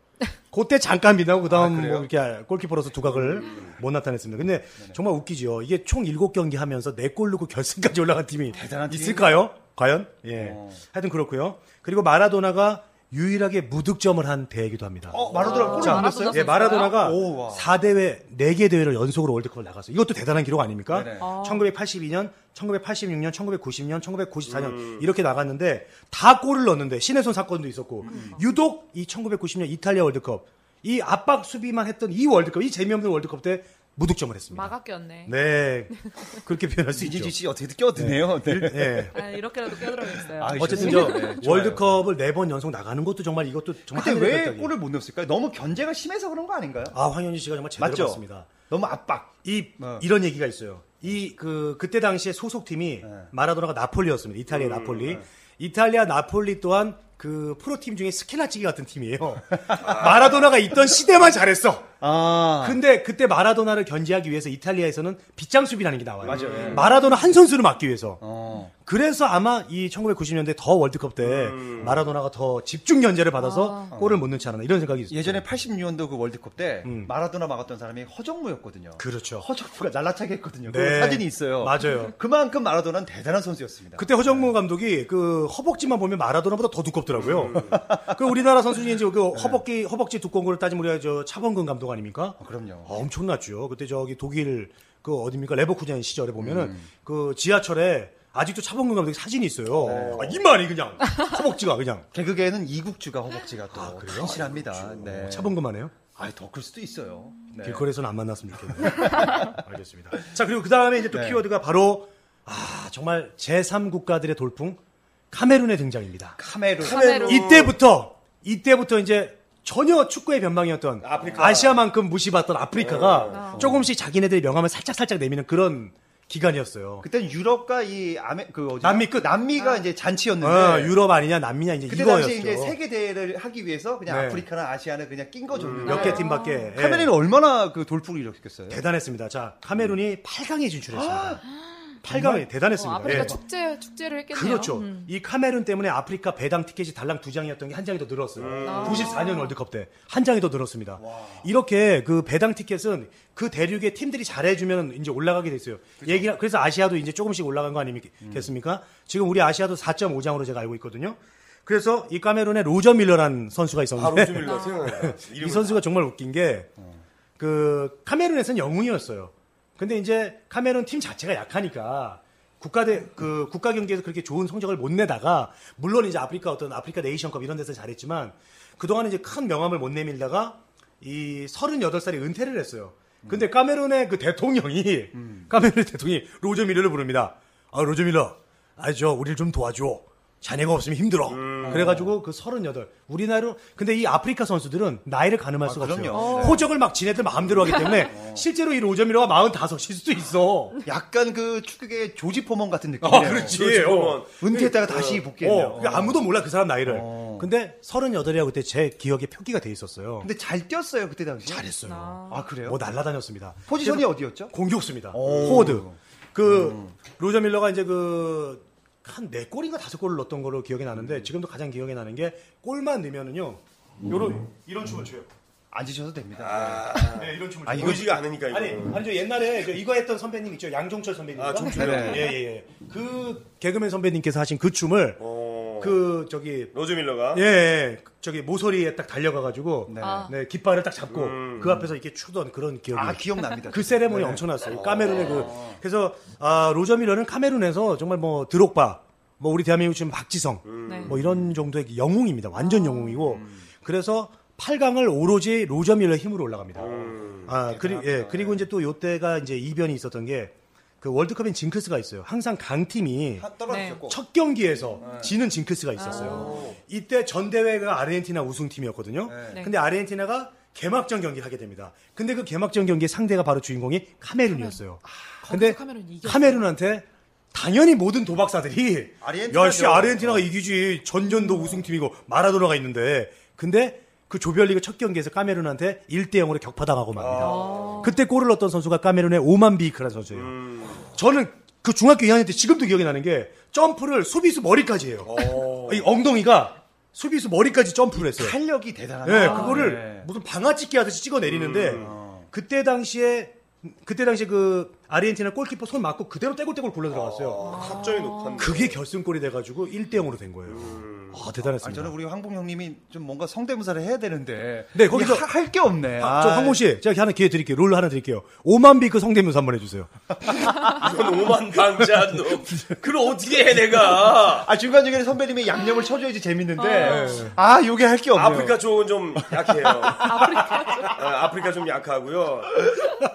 Speaker 3: 그때 잠깐 빛나고 그다음
Speaker 2: 아,
Speaker 3: 뭐 이렇게 골키퍼로서 두각을
Speaker 2: 음.
Speaker 3: 못 나타냈습니다. 근데 정말 웃기죠. 이게 총 7경기 하면서 4골 넣고 결승까지 올라간 팀이
Speaker 2: 대단한 팀이에요. 어.
Speaker 3: 있을까요? 과연? 예. 하여튼 그렇고요. 그리고 마라도나가 유일하게 무득점을 한 대회이기도 합니다.
Speaker 2: 어, 마라도나 골을 안 넣었어요?
Speaker 3: 예, 마라도나가
Speaker 2: 오, 와.
Speaker 3: 4대회, 4개 대회를 연속으로 월드컵을 나갔어요. 이것도 대단한 기록 아닙니까?
Speaker 2: 네네.
Speaker 3: 1982년, 1986년, 1990년, 1994년
Speaker 2: 음.
Speaker 3: 이렇게 나갔는데 다 골을 넣었는데 신혜선 사건도 있었고
Speaker 2: 음.
Speaker 3: 유독 이 1990년 이탈리아 월드컵 이 압박 수비만 했던 이 월드컵, 이 재미없는 월드컵 때 무득점을 했습니다.
Speaker 5: 마가꼈네.
Speaker 3: 네. *laughs* 그렇게 표현할 수 있죠.
Speaker 2: 이진지 씨 어떻게 끼어드네요. 네.
Speaker 3: 네.
Speaker 5: 아, 이렇게라도 깨달아야겠어요.
Speaker 2: 아,
Speaker 3: 어쨌든
Speaker 2: 좋네요.
Speaker 3: 저
Speaker 2: 네, 좋아요.
Speaker 3: 월드컵을 네 번 연속 나가는 것도 정말 이것도 정말
Speaker 2: 그때
Speaker 3: 하늘의
Speaker 2: 왜
Speaker 3: 별따기.
Speaker 2: 골을 못 넣었을까요? 너무 견제가 심해서 그런 거 아닌가요?
Speaker 3: 아, 황현희 씨가 정말 제대로
Speaker 2: 맞죠?
Speaker 3: 봤습니다.
Speaker 2: 너무 압박.
Speaker 3: 이
Speaker 2: 어.
Speaker 3: 이런 얘기가 있어요. 이 그 그때 당시에 소속 팀이
Speaker 2: 네.
Speaker 3: 마라도나가 나폴리였습니다. 이탈리아
Speaker 2: 음,
Speaker 3: 나폴리. 이탈리아 나폴리 또한 그 프로팀 중에 스켈라찌기 같은 팀이에요. *laughs* 마라도나가 있던 시대만 잘했어.
Speaker 2: 아.
Speaker 3: 근데 그때 마라도나를 견제하기 위해서 이탈리아에서는 빗장 수비라는 게 나와요.
Speaker 2: 맞아요. 예.
Speaker 3: 마라도나 한 선수를 막기 위해서.
Speaker 2: 어.
Speaker 3: 그래서 아마 이 1990년대 더 월드컵 때
Speaker 2: 음.
Speaker 3: 마라도나가 더 집중 견제를 받아서 골을 못 넣지 않았나 이런 생각이 있어요.
Speaker 2: 예전에 86년도 그 월드컵 때 마라도나 막았던 사람이 허정무였거든요.
Speaker 3: 음. 그렇죠.
Speaker 2: 허정무가 날라차게 했거든요.
Speaker 3: 네.
Speaker 2: 그 사진이 있어요.
Speaker 3: 맞아요.
Speaker 2: 그만큼 마라도나는 대단한 선수였습니다.
Speaker 3: 그러니까. 그때 허정무 감독이 그 허벅지만 보면 마라도나보다 더 두껍더라고요. *laughs* 그 우리나라 선수 중에 이제 그 허벅지 허벅지 두꺼운 걸 따지면 우리가 저 차범근 감독 아닙니까?
Speaker 2: 아, 그럼요.
Speaker 3: 아, 엄청났죠. 그때 저기 독일 그 어딥니까 레버쿠젠 시절에 보면은 그 지하철에 아직도 차범근 감독 사진이 있어요. 아, 이만이 그냥 허벅지가 그냥
Speaker 2: 개그계에는 이국주가 허벅지가 또
Speaker 3: 아,
Speaker 2: 신실합니다. 네.
Speaker 3: 뭐 차범근만 해요.
Speaker 2: 아니 더클 수도 있어요. 네.
Speaker 3: 길거리에서는 안 만났으면 좋겠네요. *laughs* 알겠습니다. 자 그리고 그 다음에 이제 또
Speaker 2: 네.
Speaker 3: 키워드가 바로 아 정말 제3 국가들의 돌풍 카메룬의 등장입니다.
Speaker 2: 카메룬.
Speaker 5: 카메룬.
Speaker 3: 이때부터 이때부터 이제 전혀 축구의 변방이었던
Speaker 4: 아프리카.
Speaker 3: 아시아만큼 무시받던
Speaker 2: 네.
Speaker 5: 어.
Speaker 3: 아프리카가 조금씩 자기네들의 명함을 살짝 살짝 내미는 그런 기간이었어요.
Speaker 2: 그땐 유럽과 이 아메 그 어디
Speaker 3: 남미 끝.
Speaker 2: 남미가 이제 잔치였는데
Speaker 3: 어, 유럽 아니냐 남미냐 이제
Speaker 2: 네. 그때
Speaker 3: 이거였죠.
Speaker 2: 당시 이제 세계 대회를 하기 위해서 그냥
Speaker 3: 네. 음,
Speaker 2: 아프리카나 아시아는 그냥 낀 거죠. 네.
Speaker 3: 몇 개 팀밖에 예,
Speaker 2: 아. 카메룬이 얼마나 그 돌풍을 일으켰겠어요.
Speaker 3: 대단했습니다. 자 카메룬이 8강에
Speaker 2: 아.
Speaker 3: 진출했습니다. 8강에
Speaker 5: 어,
Speaker 3: 대단했습니다.
Speaker 5: 아프리카
Speaker 3: 예.
Speaker 5: 축제 축제를 했겠네요.
Speaker 3: 그렇죠.
Speaker 5: 음.
Speaker 3: 이 카메룬 때문에 아프리카 배당 티켓이 달랑 두 장이었던 게 한 장이 더 늘었어요.
Speaker 4: 음.
Speaker 5: 아.
Speaker 3: 94년 월드컵 때 한 장이 더 늘었습니다. 이렇게 그 배당 티켓은 그 대륙의 팀들이 잘해주면 이제 올라가게 됐어요. 얘기라 그래서 아시아도 이제 조금씩 올라간 거
Speaker 4: 음.
Speaker 3: 아니겠습니까? 지금 우리 아시아도 4.5장으로 제가 알고 있거든요. 그래서 이 카메룬에 로저 밀러라는 선수가 있었는데
Speaker 4: 바로 주밀러 생각나.
Speaker 3: 네. 이 어. 선수가 정말 웃긴 게 그 카메룬에서는 영웅이었어요. 근데 이제 카메룬 팀 자체가 약하니까 국가대 그 국가 경기에서 그렇게 좋은 성적을 못 내다가 물론 이제 아프리카 어떤 아프리카 네이션컵 이런 데서 잘했지만 그동안 이제 큰 명함을 못 내밀다가 이 38살에 은퇴를 했어요. 근데 카메룬의 그 대통령이 카메룬의 대통령이 로저 밀러를 부릅니다. 아 로저 밀러, 아저 우리를 좀 도와줘. 자네가 없으면 힘들어.
Speaker 2: 음.
Speaker 3: 그래가지고 그 38. 우리나라로 근데 이 아프리카 선수들은 나이를 가늠할 수가 없어요.
Speaker 2: 아, 그럼요.
Speaker 3: 호적을 막 지네들 마음대로 하기 때문에 실제로 이 로저 밀러가 45일 수도 있어.
Speaker 2: 약간 그 축구계 조지 포먼 같은 느낌.
Speaker 3: 아, 그렇지. 어.
Speaker 2: 은퇴했다가 다시 복귀했네요. 어.
Speaker 3: 어, 아무도 몰라 그 사람 나이를. 근데 38이라고 그때 제 기억에 표기가 돼 있었어요.
Speaker 2: 근데 잘 뛰었어요 그때 당시.
Speaker 3: 잘했어요.
Speaker 2: 아 그래요?
Speaker 3: 뭐 날라다녔습니다.
Speaker 2: 포지션이
Speaker 3: 그래서
Speaker 2: 어디였죠?
Speaker 3: 공격수입니다.
Speaker 2: 오.
Speaker 3: 포워드. 그
Speaker 4: 음.
Speaker 3: 로저 밀러가 이제 그 한 네 골인가 다섯 골을 넣었던 걸로 기억이 나는데
Speaker 4: 음.
Speaker 3: 지금도 가장 기억에 나는 게 골만 넣으면은요. 요런 이런 춤을 춰요.
Speaker 2: 앉으셔도 됩니다.
Speaker 3: 네, 이런 춤을
Speaker 4: 아,
Speaker 3: 춰요.
Speaker 4: 보이지가 않으니까 이거.
Speaker 3: 아니, 아니 저 옛날에 저 이거 했던 선배님 있죠. 양종철 선배님.
Speaker 4: 아, 종철
Speaker 2: 형.
Speaker 3: 예, 예, 예. 그 개그맨 선배님께서 하신 그 춤을
Speaker 4: 어.
Speaker 3: 그 저기
Speaker 4: 로즈 밀러가
Speaker 3: 예, 예. 저기 모서리에 딱 달려가가지고 네. 깃발을 딱 잡고
Speaker 4: 음.
Speaker 3: 그 앞에서 이렇게 추던 그런 기억이
Speaker 2: 아 *laughs* 기억납니다.
Speaker 3: 그 세레모니 엄청났어요. 카메룬의 그 그래서 아, 로저 밀러는 카메룬에서 정말 뭐 드록바, 뭐 우리 대한민국 지금 박지성,
Speaker 5: 네.
Speaker 3: 아. 뭐 이런 정도의 영웅입니다. 완전 영웅이고 그래서 8강을 오로지 로저 밀러 힘으로 올라갑니다. 아, 그리고 예, 그리고 이제 또 요때가 이제 이변이 있었던 게 그 월드컵엔 징크스가 있어요. 항상 강팀이
Speaker 2: 다
Speaker 5: 네.
Speaker 2: 떨어졌고.
Speaker 3: 첫 경기에서
Speaker 2: 네.
Speaker 3: 지는 징크스가 있었어요.
Speaker 2: 아.
Speaker 3: 이때 전 대회가 아르헨티나 우승팀이었거든요.
Speaker 5: 네.
Speaker 3: 근데 아르헨티나가 개막전 경기를 하게 됩니다. 근데 그 개막전 경기의 상대가 바로 주인공이 카메룬이었어요. 근데
Speaker 5: 아, 카메룬이 이겼어요.
Speaker 3: 카메룬한테 당연히 모든 도박사들이
Speaker 2: 아르헨티나죠.
Speaker 3: 야씨 아르헨티나가 이기지 전전도 우승팀이고 마라도나가 있는데 근데 그 조별리그 첫 경기에서 카메룬한테 1대 0으로 격파당하고
Speaker 2: 아.
Speaker 3: 맙니다. 그때 골을 넣었던 선수가 카메룬의 오만 비크라는 선수예요. 저는 그 중학교 2학년 때 지금도 기억이 나는 게 점프를 수비수 머리까지 해요. 이 엉덩이가 수비수 머리까지 점프를 했어요.
Speaker 2: 탄력이 대단하다.
Speaker 3: 네, 그거를 무슨 방아찍기 하듯이 찍어 내리는데 그때 당시에 그때 당시에 그 아르헨티나 골키퍼 손 맞고 그대로 떼굴떼굴 굴러 들어갔어요.
Speaker 4: 갑자기 높았네.
Speaker 3: 그게 결승골이 돼가지고 1대 0으로 된 거예요. 아 대단했습니다.
Speaker 2: 아니, 저는 우리 황봉 형님이 좀 뭔가 성대무사를 해야 되는데.
Speaker 3: 네, 거기서-
Speaker 2: 할 게 없네.
Speaker 3: 아, 저 황모 씨, 제가 하나 기회 드릴게요. 롤 하나 드릴게요. 오만 비크 성대면서 한번 해주세요.
Speaker 4: 이건 오만 방자한 놈. 아, 그걸 어떻게 해, 내가.
Speaker 2: 아, 중간중간에 선배님이 양념을 쳐줘야지 재밌는데. 아, 요게 할 게 없네.
Speaker 4: 아프리카 쪽은 좀 약해요. *laughs* 아, 아프리카 좀 약하고요.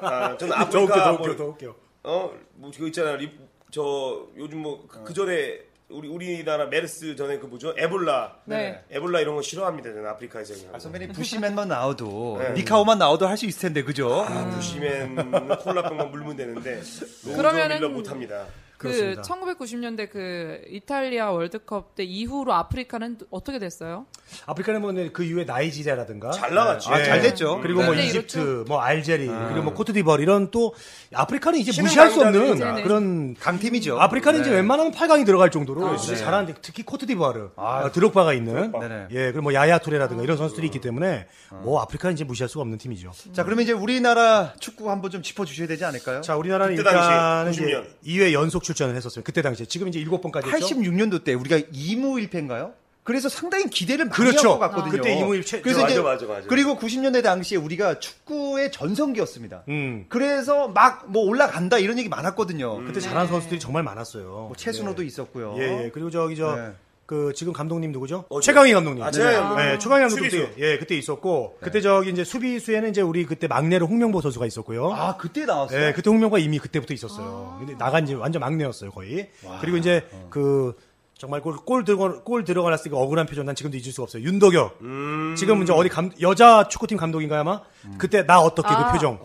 Speaker 4: 아, 저는
Speaker 3: 더 웃겨, 더
Speaker 4: 아프리카
Speaker 3: 웃겨,
Speaker 4: 뭐,
Speaker 3: 더 웃겨.
Speaker 4: 어, 뭐 그거 있잖아요. 리, 저 요즘 뭐그 전에 우리 우리나라 메르스 전에 그 뭐죠? 에볼라.
Speaker 5: 네.
Speaker 4: 에볼라 이런 거 싫어합니다. 저는 아프리카에서는.
Speaker 2: 아, 선배님 부시맨만 나와도
Speaker 4: 네.
Speaker 2: 니카오만 나와도 할 수 있을 텐데 그죠?
Speaker 4: 부시맨 콜라병만 물면 되는데
Speaker 5: 그러면은-
Speaker 4: 그러면은 못합니다.
Speaker 5: 그 1990년대 그 이탈리아 월드컵 때 이후로 아프리카는 어떻게 됐어요?
Speaker 3: 아프리카는 뭐그 이후에 나이지리아라든가
Speaker 4: 잘 나갔지.
Speaker 2: 아, 잘
Speaker 3: 예.
Speaker 2: 됐죠.
Speaker 3: 그리고 뭐
Speaker 5: 네,
Speaker 3: 이집트,
Speaker 5: 이렇죠.
Speaker 3: 뭐 알제리, 그리고 뭐 코트디벌 이런 또 아프리카는 이제
Speaker 4: 신흥
Speaker 3: 무시할 수 없는 아,
Speaker 4: 강자들이죠.
Speaker 5: 네.
Speaker 3: 그런
Speaker 2: 강팀이죠.
Speaker 3: 아프리카는 이제
Speaker 2: 네.
Speaker 3: 웬만하면 8강이 들어갈 정도로 진짜 잘하는데 특히 코트디부아르 아, 드록바가 있는
Speaker 2: 네네.
Speaker 3: 예 그리고 뭐 야야 토레라든가 이런 선수들이 있기 때문에 뭐 아프리카는 이제 무시할 수가 없는 팀이죠.
Speaker 2: 자 그러면 이제 우리나라 축구 한번 좀 짚어주셔야 되지 않을까요?
Speaker 3: 자 우리나라는
Speaker 4: 그때 당시
Speaker 3: 일단은
Speaker 4: 90년.
Speaker 3: 2회 연속 출전을 했었어요. 그때 당시에 지금 이제 7번까지 했죠.
Speaker 2: 86년도 때 우리가 2무 1패인가요? 그래서 상당히 기대를 많이
Speaker 3: 그렇죠.
Speaker 2: 한것 같거든요.
Speaker 3: 그때 2무 1패.
Speaker 2: 그래서
Speaker 4: 맞아,
Speaker 2: 이제
Speaker 4: 맞아, 맞아.
Speaker 2: 그리고 90년대 당시에 우리가 축구의 전성기였습니다.
Speaker 3: 음.
Speaker 2: 그래서 막 뭐 올라간다 이런 얘기 많았거든요.
Speaker 3: 그때 잘한 선수들이 정말 많았어요. 네.
Speaker 2: 뭐 최순호도 있었고요.
Speaker 3: 예, 예. 그리고 저기 저,
Speaker 2: 네.
Speaker 3: 그, 지금 감독님 누구죠?
Speaker 4: 어? 어디요?
Speaker 3: 최강희 감독님.
Speaker 4: 아, 최강희 감독님.
Speaker 3: 네, 최강희 감독님.
Speaker 4: 수비수. 네.
Speaker 3: 그때, 예, 그때 있었고, 그때 저기 이제 수비수에는 이제 우리 그때 막내로 홍명보 선수가 있었고요.
Speaker 2: 아 그때 나왔어요.
Speaker 3: 예, 그때 홍명보가 이미 그때부터 있었어요. 근데 나간 지 완전 막내였어요, 거의. 그리고 이제
Speaker 4: 어.
Speaker 3: 그, 정말 골, 골 들어, 골 들어가놨으니까 억울한 표정 난 지금도 잊을 수가 없어요. 윤덕엽.
Speaker 4: 음.
Speaker 3: 지금 이제 어디 감, 여자 축구팀 감독인가요, 아마? 그때 나 어떻게 그 표정.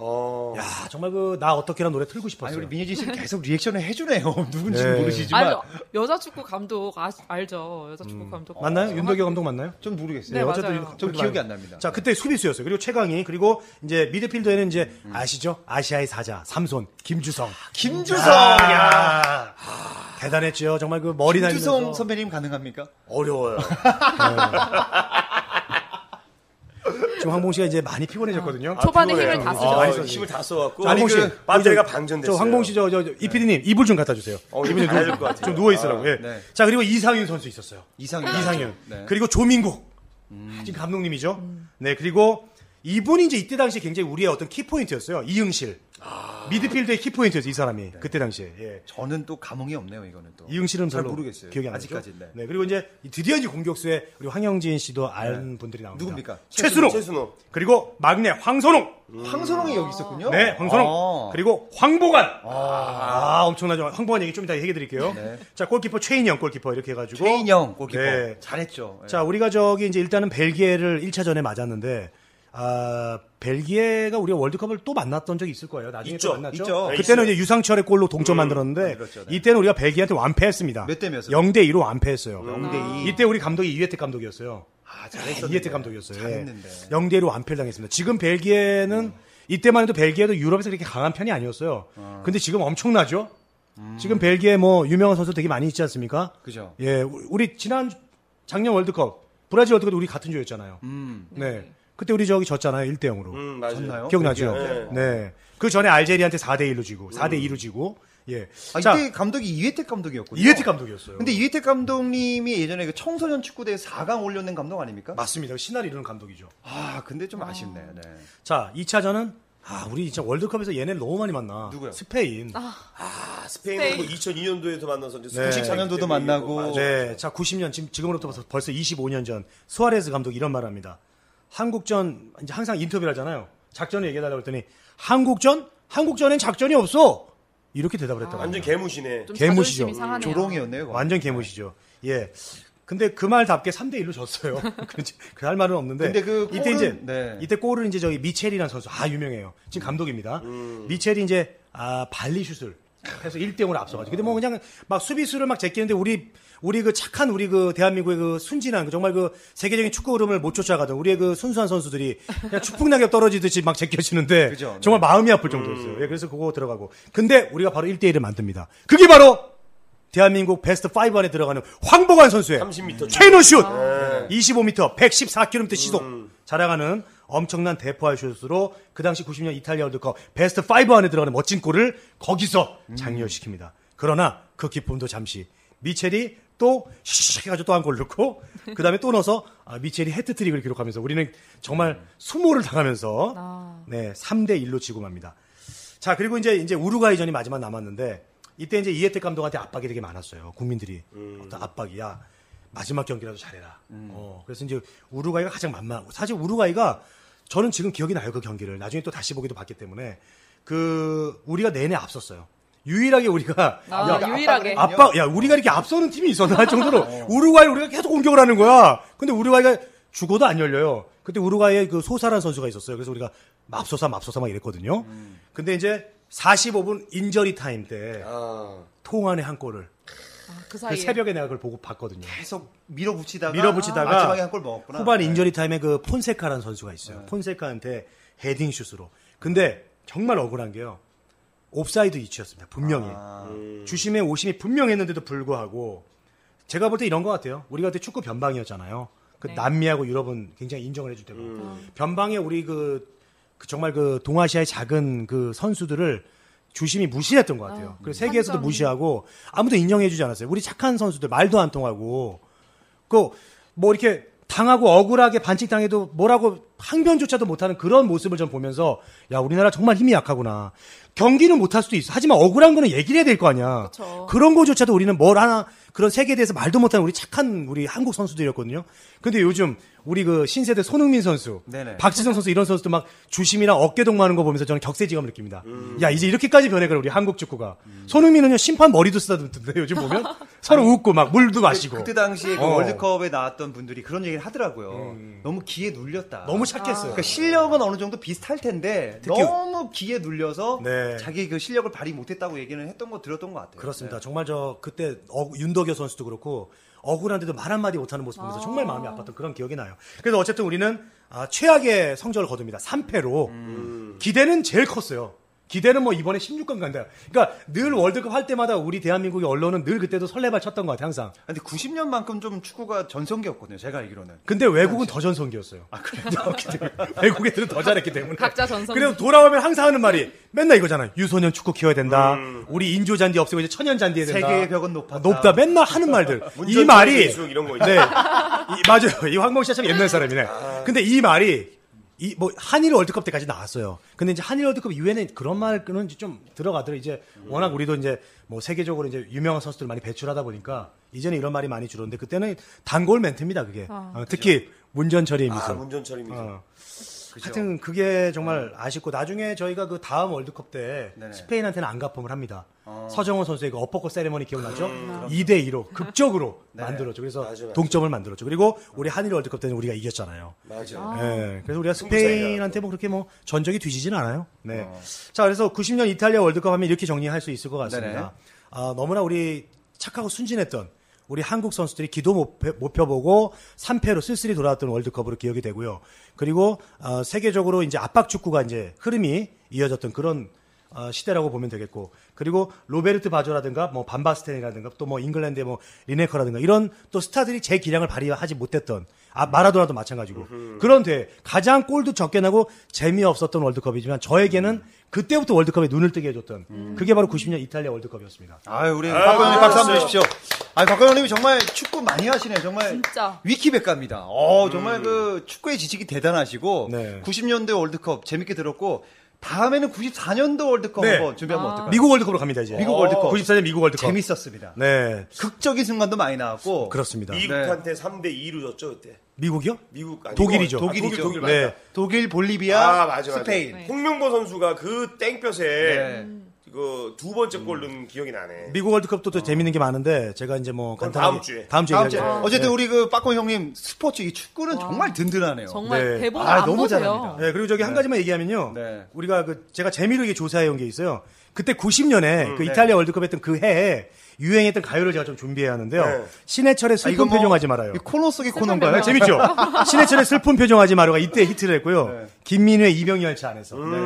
Speaker 3: 야, 정말 그 나 어떻게란 노래 틀고
Speaker 2: 아니
Speaker 3: 싶었어요.
Speaker 2: 우리 민혜진 씨 계속 리액션을 해주네요. *laughs* 누군지
Speaker 3: 네.
Speaker 2: 모르시지만
Speaker 5: 알죠. 여자 축구 감독 아, 알죠. 여자 축구 감독
Speaker 3: 음. 맞나요? 윤덕엽 감독 맞나요?
Speaker 2: 좀 모르겠어요.
Speaker 5: 네, 맞아요.
Speaker 2: 좀 기억이 안 납니다.
Speaker 3: 자, 그때 수비수였어요. 그리고 최강희, 그리고 이제 미드필더에는 이제 아시죠? 아시아의 사자, 삼손, 김주성.
Speaker 2: 김주성,
Speaker 3: 아, 야! 대단했죠. 정말 그 머리
Speaker 2: 김주성
Speaker 3: 날리면서
Speaker 2: 선배님 가능합니까?
Speaker 3: 어려워요. 네. *laughs* 지금 황봉 씨가 이제 많이 피곤해졌거든요.
Speaker 5: 초반에 힘을 다 쓰죠.
Speaker 4: 아,
Speaker 3: 많이
Speaker 4: 아,
Speaker 3: 썼지.
Speaker 4: 힘을 다 써갖고.
Speaker 3: 황봉 씨,
Speaker 4: 반대가
Speaker 3: 저-
Speaker 4: 반전됐어요.
Speaker 3: 저 황봉 씨, 저, 저, 저 이피디님 이불 좀 갖다 주세요.
Speaker 4: 어, 이분이 누울 것 같아요.
Speaker 3: 좀 누워 있으라고. 예.
Speaker 2: 네.
Speaker 3: 자, 그리고 이상윤 선수 있었어요.
Speaker 2: 이상현.
Speaker 3: 이상현.
Speaker 2: 네. 음.
Speaker 3: 그리고 조민국. 지금 감독님이죠. 네, 그리고 이분이 이제 이때 당시에 굉장히 우리의 어떤 키포인트였어요. 이응실.
Speaker 2: 아.
Speaker 3: 미드필드의 키포인트였어요, 이 사람이.
Speaker 2: 네.
Speaker 3: 그때 당시에. 예.
Speaker 2: 저는 또 감흥이 없네요 이거는 또.
Speaker 3: 이응실은
Speaker 2: 잘
Speaker 3: 별로
Speaker 2: 모르겠어요.
Speaker 3: 기억이 안
Speaker 2: 아직까지,
Speaker 3: 나죠.
Speaker 2: 네.
Speaker 3: 그리고 이제 드디어 이제 공격수에 우리 황영진 씨도 아는 분들이 나옵니다.
Speaker 2: 누굽니까? 어.
Speaker 3: 최순호.
Speaker 4: 최순호.
Speaker 3: 그리고 막내 황선홍.
Speaker 2: 황선홍이 여기 있었군요.
Speaker 3: 네, 황선홍.
Speaker 2: 아.
Speaker 3: 그리고 황보관. 아, 엄청나죠. 황보관 얘기 좀 이따 얘기해 드릴게요.
Speaker 2: 네.
Speaker 3: 자, 골키퍼 최인영 골키퍼 이렇게 해 가지고
Speaker 2: 최인영 골키퍼
Speaker 3: 네.
Speaker 2: 잘했죠. 예.
Speaker 3: 자, 우리가 저기 이제 일단은 벨기에를 1차전에 맞았는데 아, 벨기에가 우리가 월드컵을 또 만났던 적이 있을 거예요. 나중에
Speaker 4: 있죠,
Speaker 3: 또 만났죠.
Speaker 2: 있죠.
Speaker 3: 그때는 이제 유상철의 골로 동점 만들었는데
Speaker 2: 만들었죠, 네.
Speaker 3: 이때는 우리가 벨기에한테 완패했습니다.
Speaker 2: 몇대 몇으로?
Speaker 3: 0대 2로 완패했어요.
Speaker 2: 0대 2.
Speaker 3: 이때 우리 감독이 이회택 감독이었어요.
Speaker 2: 아, 잘했었는데.
Speaker 3: 이혜택 감독이었어요. 예.
Speaker 2: 잘했는데. 음.
Speaker 3: 0대1로 완패를 당했습니다. 지금 벨기에는 이때만 해도 벨기에도 유럽에서 그렇게 강한 편이 아니었어요. 근데 지금 엄청나죠?
Speaker 2: 음.
Speaker 3: 지금 벨기에 뭐 유명한 선수 되게 많이 있지 않습니까?
Speaker 2: 그죠.
Speaker 3: 예, 우- 우리 지난 작년 월드컵 브라질 월드컵 도 우리 같은 조였잖아요.
Speaker 2: 음.
Speaker 3: 네. 그때 우리 저기 졌잖아요. 1대 0으로.
Speaker 4: 음, 맞아요.
Speaker 2: 좋나요?
Speaker 3: 기억나죠?
Speaker 4: 네.
Speaker 3: 네. 그 전에 알제리한테 4대 1로 지고 4대 2로 지고 예.
Speaker 2: 아,
Speaker 3: 자,
Speaker 2: 이때 감독이 이회택 감독이었군요.
Speaker 3: 이혜택 감독이었어요.
Speaker 2: 근데 이회택 감독님이 예전에 그 청소년 축구대회 4강 올려낸 감독 아닙니까?
Speaker 3: 맞습니다. 신나리 이루는 감독이죠.
Speaker 2: 아, 근데 좀 아쉽네. 네.
Speaker 3: 자, 2차전은 아, 우리 진짜 월드컵에서 얘네 너무 많이 만나.
Speaker 2: 누구요?
Speaker 3: 스페인.
Speaker 4: 아,
Speaker 5: 네.
Speaker 4: 스페인은 뭐 2002년도에도 만나서 이제
Speaker 2: 94년도도 만나고.
Speaker 3: 네, 자 90년 지금 지금으로부터 벌써 25년 전 수아레스 감독 이런 말합니다. 한국전 이제 항상 인터뷰를 하잖아요. 작전을 얘기해달라고 했더니 한국전? 한국전엔 작전이 없어. 이렇게 대답을 했다고.
Speaker 4: 완전
Speaker 3: 합니다.
Speaker 4: 개무시네.
Speaker 5: 좀
Speaker 3: 개무시죠.
Speaker 5: 자존심이 상하네요.
Speaker 2: 조롱이었네요. 그거.
Speaker 3: 완전 개무시죠. 예. 근데 그 말답게 3대 1로 졌어요. *laughs* 그 할 말은 없는데.
Speaker 2: 근데 그
Speaker 3: 이때
Speaker 2: 골은-
Speaker 3: 이제
Speaker 2: 네.
Speaker 3: 이때 골은 이제 저기 미첼이라는 선수 아 유명해요. 지금 감독입니다.
Speaker 2: 음.
Speaker 3: 미첼이 이제 아 발리 슛을 해서 1대 0으로 앞서가지고. 근데 뭐 그냥 막 수비수를 막 제끼는데 우리 우리 그 착한 우리 그 대한민국의 그 순진한 그 정말 그 세계적인 축구 흐름을 못 쫓아가던 우리의 그 순수한 선수들이 그냥 *laughs* 축풍낙엽 떨어지듯이 막 제껴지는데
Speaker 2: 그죠, 네.
Speaker 3: 정말 마음이 아플 정도였어요. 예, 그래서 그거 들어가고. 근데 우리가 바로 1대 1을 만듭니다. 그게 바로 대한민국 베스트 5 안에 들어가는 황보관 선수의
Speaker 4: 30m
Speaker 3: 테너슛 네. 25m 114km 시속 자랑하는 엄청난 대포할 슛으로 그 당시 90년 이탈리아 월드컵 베스트 5 안에 들어가는 멋진 골을 거기서 장렬시킵니다. 그러나 그 기쁨도 잠시 미첼이 또 슉 해가지고 또 한 골 넣고 그 다음에 또 넣어서 아, 미첼이 헤트트릭을 기록하면서 우리는 정말 수모를 당하면서 네 3대 1로 지고 맙니다. 자 그리고 이제 이제 우루과이전이 마지막 남았는데 이때 이제 이혜택 감독한테 압박이 되게 많았어요. 국민들이 어떤 압박이야 마지막 경기라도 잘해라. 어, 그래서 이제 우루과이가 가장 만만하고 사실 우루과이가 저는 지금 기억이 나요 그 경기를 나중에 또 다시 보기도 봤기 때문에 그 우리가 내내 앞섰어요. 유일하게 우리가
Speaker 5: 아,
Speaker 3: 야,
Speaker 5: 유일하게.
Speaker 3: 압박, 야, 우리가 이렇게 앞서는 팀이 있었나 할 정도로 우루과이 우리가 계속 공격을 하는 거야. 근데 우루과이가 죽어도 안 열려요. 그때 우루과이에 그 소사란 선수가 있었어요. 그래서 우리가 맙소사, 맙소사 막 이랬거든요. 근데 이제 45분 인저리 타임 때
Speaker 4: 아,
Speaker 3: 통안에 한 골을
Speaker 5: 아, 그
Speaker 3: 그
Speaker 5: 사이에
Speaker 3: 새벽에 내가 그걸 보고 봤거든요.
Speaker 2: 계속 밀어붙이다가
Speaker 3: 밀어붙이다가
Speaker 2: 마지막에 한 골 먹었구나.
Speaker 3: 후반
Speaker 2: 네.
Speaker 3: 인저리 타임에 그 폰세카라는 선수가 있어요. 폰세카한테 헤딩 슛으로. 근데 정말 억울한 게요. 옵사이드 이치였습니다. 분명히.
Speaker 2: 아.
Speaker 3: 주심의 오심이 분명했는데도 불구하고 제가 볼 때 이런 것 같아요. 우리가 그때 축구 변방이었잖아요. 그
Speaker 5: 네.
Speaker 3: 남미하고 유럽은 굉장히 인정을 해줄 때고 변방에 우리 그, 그 정말 그 동아시아의 작은 그 선수들을 주심이 무시했던 것 같아요. 그래서 세계에서도
Speaker 5: 완전.
Speaker 3: 무시하고 아무도 인정해주지 않았어요. 우리 착한 선수들 말도 안 통하고 그 뭐 이렇게 당하고 억울하게 반칙당해도 뭐라고 항변조차도 못하는 그런 모습을 좀 보면서 야 우리나라 정말 힘이 약하구나 경기는 못할 수도 있어 하지만 억울한 거는 얘기를 해야 될 거 아니야
Speaker 5: 그쵸.
Speaker 3: 런 거조차도 우리는 뭘 하나 그런 세계에 대해서 말도 못하는 우리 착한 우리 한국 선수들이었거든요 근데 요즘 우리 그 신세대 손흥민 선수
Speaker 2: 네네.
Speaker 3: 박지성 선수 이런 선수도 막 주심이나 어깨동무하는 거 보면서 저는 격세지감을 느낍니다
Speaker 2: 음.
Speaker 3: 야 이제 이렇게까지 변해가는 우리 한국 축구가 손흥민은요 심판 머리도 쓰다듬던데 요즘
Speaker 5: *laughs*
Speaker 3: 보면 서로 웃고 막 물도 마시고
Speaker 2: 그때 당시에 그
Speaker 3: 어. 음.
Speaker 2: 월드컵에 나왔던 분들이 그런 얘기를 하더라고요. 너무 기에 눌렸다.
Speaker 3: 너무 착했어요
Speaker 2: 그러니까 실력은 어느 정도 비슷할 텐데
Speaker 3: 특히-
Speaker 2: 너무 기에 눌려서
Speaker 3: 네.
Speaker 2: 자기 그 실력을 발휘 못했다고 얘기는 했던 거 들었던 것 같아요.
Speaker 3: 그렇습니다. 정말 저 그때 어- 윤덕여 선수도 그렇고 억울한데도 말 한마디 못하는 모습 보면서 정말 마음이 아팠던 그런 기억이 나요. 그래서 어쨌든 우리는 아, 최악의 성적을 거둡니다. 3패로 음. 기대는 제일 컸어요. 기대는 뭐 이번에 16강 간다. 그러니까 늘 월드컵 할 때마다 우리 대한민국의 언론은 늘 그때도 설레발 쳤던 것 같아요. 항상.
Speaker 2: 근데 90년만큼 좀 축구가 전성기였거든요. 제가 알기로는.
Speaker 3: 근데 외국은 더 전성기였어요. 아, *laughs* 그래요? 외국 애들은 더 잘했기 때문에.
Speaker 5: 각자 전성기.
Speaker 3: 그래서 돌아오면 항상 하는 말이 맨날 이거잖아요. 유소년 축구 키워야 된다. 우리 인조잔디 없애고 이제 천연잔디 해야 된다.
Speaker 2: 세계의 벽은 높았다.
Speaker 3: 높다. 맨날 하는 말들. 이
Speaker 4: 운전자의
Speaker 3: 말이.
Speaker 4: 기술 이런 거 있죠.
Speaker 3: 네. 이- 맞아요. 이 황봉 씨가 참 옛날 사람이네. 근데 이 말이 이 뭐 한일 월드컵 때까지 나왔어요. 근데 이제 한일 월드컵 이후에는 그런 말은 이제 좀 들어가더라. 이제 워낙 우리도 이제 뭐 세계적으로 이제 유명한 선수들 많이 배출하다 보니까 이제는 이런 말이 많이 줄었는데 그때는 단골 멘트입니다. 그게 어, 특히 문전철의
Speaker 4: 아,
Speaker 3: 미소.
Speaker 4: 운전철입니다.
Speaker 3: 어. 하여튼 그게 정말 아쉽고 나중에 저희가 그 다음 월드컵 때
Speaker 2: 네네.
Speaker 3: 스페인한테는 안갚음을 합니다. 서정원 선수의 그 어퍼컷 세레머니 기억나죠? 2대 2로 극적으로 만들었죠. 그래서
Speaker 4: 맞아, 맞아.
Speaker 3: 동점을 만들었죠. 그리고 우리 한일 월드컵 때는 우리가 이겼잖아요.
Speaker 4: 맞아.
Speaker 3: 예, 그래서 우리가
Speaker 4: 승부사예요.
Speaker 3: 스페인한테 뭐 그렇게 뭐 전적이 뒤지진 않아요. 네. 자, 그래서 90년 이탈리아 월드컵 하면 이렇게 정리할 수 있을 것
Speaker 2: 네네.
Speaker 3: 같습니다. 아, 너무나 우리 착하고 순진했던 우리 한국 선수들이 기도 못, 펴- 못 펴보고 3패로 쓸쓸히 돌아왔던 월드컵으로 기억이 되고요. 그리고 어, 세계적으로 이제 압박 축구가 이제 흐름이 이어졌던 그런 어, 시대라고 보면 되겠고 그리고 로베르트 바조라든가 뭐 반바스텐이라든가 또 뭐 잉글랜드의 뭐 리네커라든가 이런 또 스타들이 제 기량을 발휘하지 못했던 아 마라도나도 마찬가지고 그런 데 가장 골도 적게 나고 재미없었던 월드컵이지만 저에게는 그때부터 월드컵에 눈을 뜨게 해줬던 그게 바로 90년 이탈리아 월드컵이었습니다.
Speaker 2: 아유, 우리 박광현님 박수 한번 주십시오. 아, 박광현님이 정말 축구 많이 하시네. 정말
Speaker 5: 진짜.
Speaker 2: 위키백과입니다. 어, 정말 그 축구의 지식이 대단하시고
Speaker 3: 네.
Speaker 2: 90년대 월드컵 재밌게 들었고 다음에는 94년도 월드컵
Speaker 3: 네.
Speaker 2: 한번 준비하면
Speaker 5: 아.
Speaker 2: 어떨까요?
Speaker 3: 미국 월드컵으로 갑니다 이제.
Speaker 2: 아. 미국 월드컵.
Speaker 3: 94년 미국 월드컵.
Speaker 2: 재밌었습니다.
Speaker 3: 네
Speaker 2: 극적인 순간도 많이 나왔고
Speaker 3: 그렇습니다.
Speaker 4: 미국한테 3대 2로 졌죠 그때.
Speaker 3: 미국이요?
Speaker 4: 미국 아니
Speaker 3: 독일이죠.
Speaker 4: 독일, 독일,
Speaker 2: 독일이죠.
Speaker 4: 독일 맞다.
Speaker 3: 네.
Speaker 2: 독일, 볼리비아,
Speaker 4: 아, 맞아, 맞아.
Speaker 2: 스페인.
Speaker 5: 네. 음.
Speaker 4: 홍명보 선수가 그 땡볕에
Speaker 2: 네.
Speaker 4: 이거 두 번째 골 넣은 기억이 나네.
Speaker 3: 미국 월드컵도 또 재밌는 게 많은데 제가 이제 뭐
Speaker 4: 그럼
Speaker 3: 간단하게
Speaker 4: 다음 주에.
Speaker 3: 다음 주에
Speaker 2: 다음 주에.
Speaker 3: 얘기할게요.
Speaker 2: 어쨌든 우리 그 빠꼬 형님 스포츠 이 축구는 정말 든든하네요.
Speaker 5: 정말
Speaker 3: 네.
Speaker 5: 대본을
Speaker 2: 아,
Speaker 5: 안
Speaker 2: 너무
Speaker 5: 보세요.
Speaker 2: 잘합니다.
Speaker 3: 네, 그리고 저기 한 가지만 얘기하면요.
Speaker 2: 네.
Speaker 3: 우리가 그 제가 재미로 이게 조사해 온 게 있어요. 그때 90년에 그 이탈리아 월드컵 했던 그 해에 유행했던 가요를 제가 좀 준비해야 하는데요.
Speaker 4: 네.
Speaker 3: 신해철의
Speaker 2: 아,
Speaker 3: 슬픈
Speaker 2: 뭐
Speaker 3: 표정하지 말아요.
Speaker 2: 이 코너 속의
Speaker 3: 아,
Speaker 5: 뭐
Speaker 2: 코너인가요?
Speaker 3: 재밌죠? *laughs* 신해철의 슬픈 표정하지 말아요가 이때 히트를 했고요. 김민우의 이병이 열차 안에서. 네.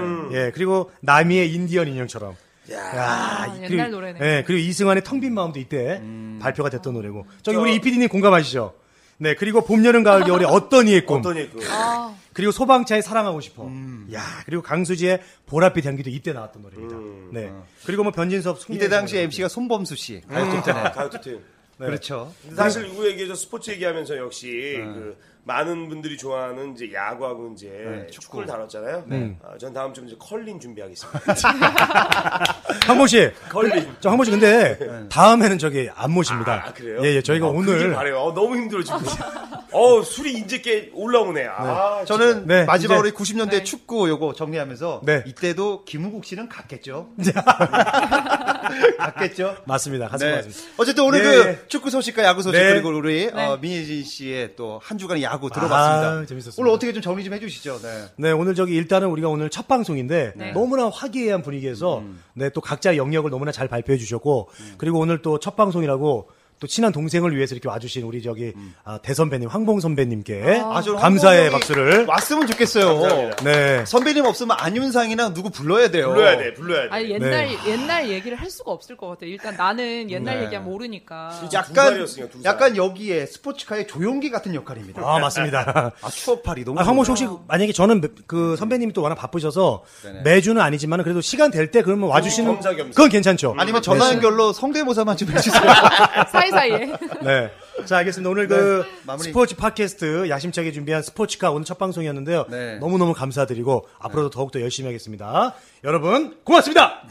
Speaker 3: 예, 그리고 남이의 인디언 인형처럼. 야,
Speaker 5: 옛날 노래네.
Speaker 3: 예, 그리고 이승환의 텅 빈 마음도 이때 발표가 됐던 노래고. 저기 우리 이피디님 공감하시죠? 네, 그리고 봄, 여름, 가을, 겨울의 어떤 이의 꿈.
Speaker 4: 어떤 얘기?
Speaker 5: 아.
Speaker 3: 그리고 소방차의 사랑하고 싶어.
Speaker 4: 음.
Speaker 3: 야, 그리고 강수지의 보랏빛 향기도 이때 나왔던 노래입니다.
Speaker 4: 음.
Speaker 3: 네.
Speaker 4: 어.
Speaker 3: 그리고 뭐 변진섭 송혜교
Speaker 2: 이때 당시
Speaker 3: 노래도
Speaker 2: MC가 손범수 씨.
Speaker 4: 아, 가요톱 팀.
Speaker 2: 그렇죠.
Speaker 4: 근데 사실 이거 얘기해서 스포츠 얘기하면서 역시 그 많은 분들이 좋아하는 이제 야구하고 이제 축구. 를 다뤘잖아요. 아, 전 다음 주에 이제 컬링 준비하겠습니다.
Speaker 3: 황보
Speaker 4: *laughs*
Speaker 3: 씨.
Speaker 4: 컬링.
Speaker 3: 저 황보 씨 근데 다음에는 저기 안 모십니다.
Speaker 4: 네. 아, 그래요?
Speaker 3: *laughs* 예, 예. 저희가
Speaker 4: 아, 그러길
Speaker 3: 오늘
Speaker 4: 바래요. 어, 너무 힘들어 지금. *laughs* 어 술이 이제 꽤 올라오네. 아,
Speaker 2: 저는
Speaker 3: 네,
Speaker 2: 마지막으로
Speaker 3: 이제-
Speaker 2: 90년대 축구 요거 정리하면서
Speaker 3: 네.
Speaker 2: 이때도 김우국 씨는
Speaker 3: *laughs*
Speaker 2: 갔겠죠. 갔겠죠.
Speaker 3: 맞습니다. 가슴
Speaker 2: 네.
Speaker 3: 맞습니다.
Speaker 2: 어쨌든 오늘
Speaker 3: 네.
Speaker 2: 그 축구 소식과 야구 소식
Speaker 3: 네.
Speaker 2: 그리고 우리 어, 민혜진 씨의 또 한 주간의 야구
Speaker 3: 아,
Speaker 2: 들어봤습니다.
Speaker 3: 재밌었습니다.
Speaker 2: 오늘 어떻게 좀 정리 좀 해주시죠. 네.
Speaker 3: 네, 오늘 저기 일단은 우리가 오늘 첫 방송인데 너무나 화기애애한 분위기에서
Speaker 4: 음.
Speaker 3: 네, 또 각자의 영역을 너무나 잘 발표해 주셨고 그리고 오늘 또 첫 방송이라고 또 친한 동생을 위해서 이렇게 와주신 우리 저기
Speaker 4: 음.
Speaker 3: 아, 대선배님 황봉 선배님께
Speaker 4: 아,
Speaker 2: 저는
Speaker 3: 감사의
Speaker 2: 황보영이
Speaker 3: 박수를
Speaker 2: 왔으면 좋겠어요.
Speaker 4: 감사합니다.
Speaker 3: 네.
Speaker 2: 선배님 없으면 안윤상이나 누구 불러야 돼요.
Speaker 4: 불러야 돼, 불러야 돼.
Speaker 2: 네.
Speaker 5: 아니 예. 옛날 옛날 얘기를 할 수가 없을 것 같아. 요 일단 나는 옛날
Speaker 2: 네.
Speaker 5: 얘기하면 모르니까.
Speaker 4: 진짜. 두
Speaker 2: 약간
Speaker 4: 살이었으니까, 두 살.
Speaker 2: 약간 여기에 스포츠카의 조용기 같은 역할입니다.
Speaker 3: 아,
Speaker 4: *laughs*
Speaker 3: 맞습니다.
Speaker 2: 아, 추억팔이 너무
Speaker 3: 아, 황모 씨
Speaker 2: 좋아요. 음.
Speaker 3: 혹시 만약에 저는 매- 그 선배님이 또 워낙 바쁘셔서 매주는 아니지만 그래도 시간 될 때 그러면
Speaker 2: 어,
Speaker 3: 와주시는
Speaker 4: 겸사, 겸사.
Speaker 3: 그건 괜찮죠.
Speaker 2: 음. 아니면 전화 연결로 성대모사만 좀 해주세요.
Speaker 5: 사이사이에.
Speaker 3: 네. 자, 알겠습니다. 오늘 그
Speaker 2: 네, 마무리.
Speaker 3: 스포츠 팟캐스트 야심차게 준비한 스포츠카 오늘 첫 방송이었는데요.
Speaker 2: 네.
Speaker 3: 너무너무 감사드리고 앞으로도 더욱더 열심히 하겠습니다. 여러분, 고맙습니다.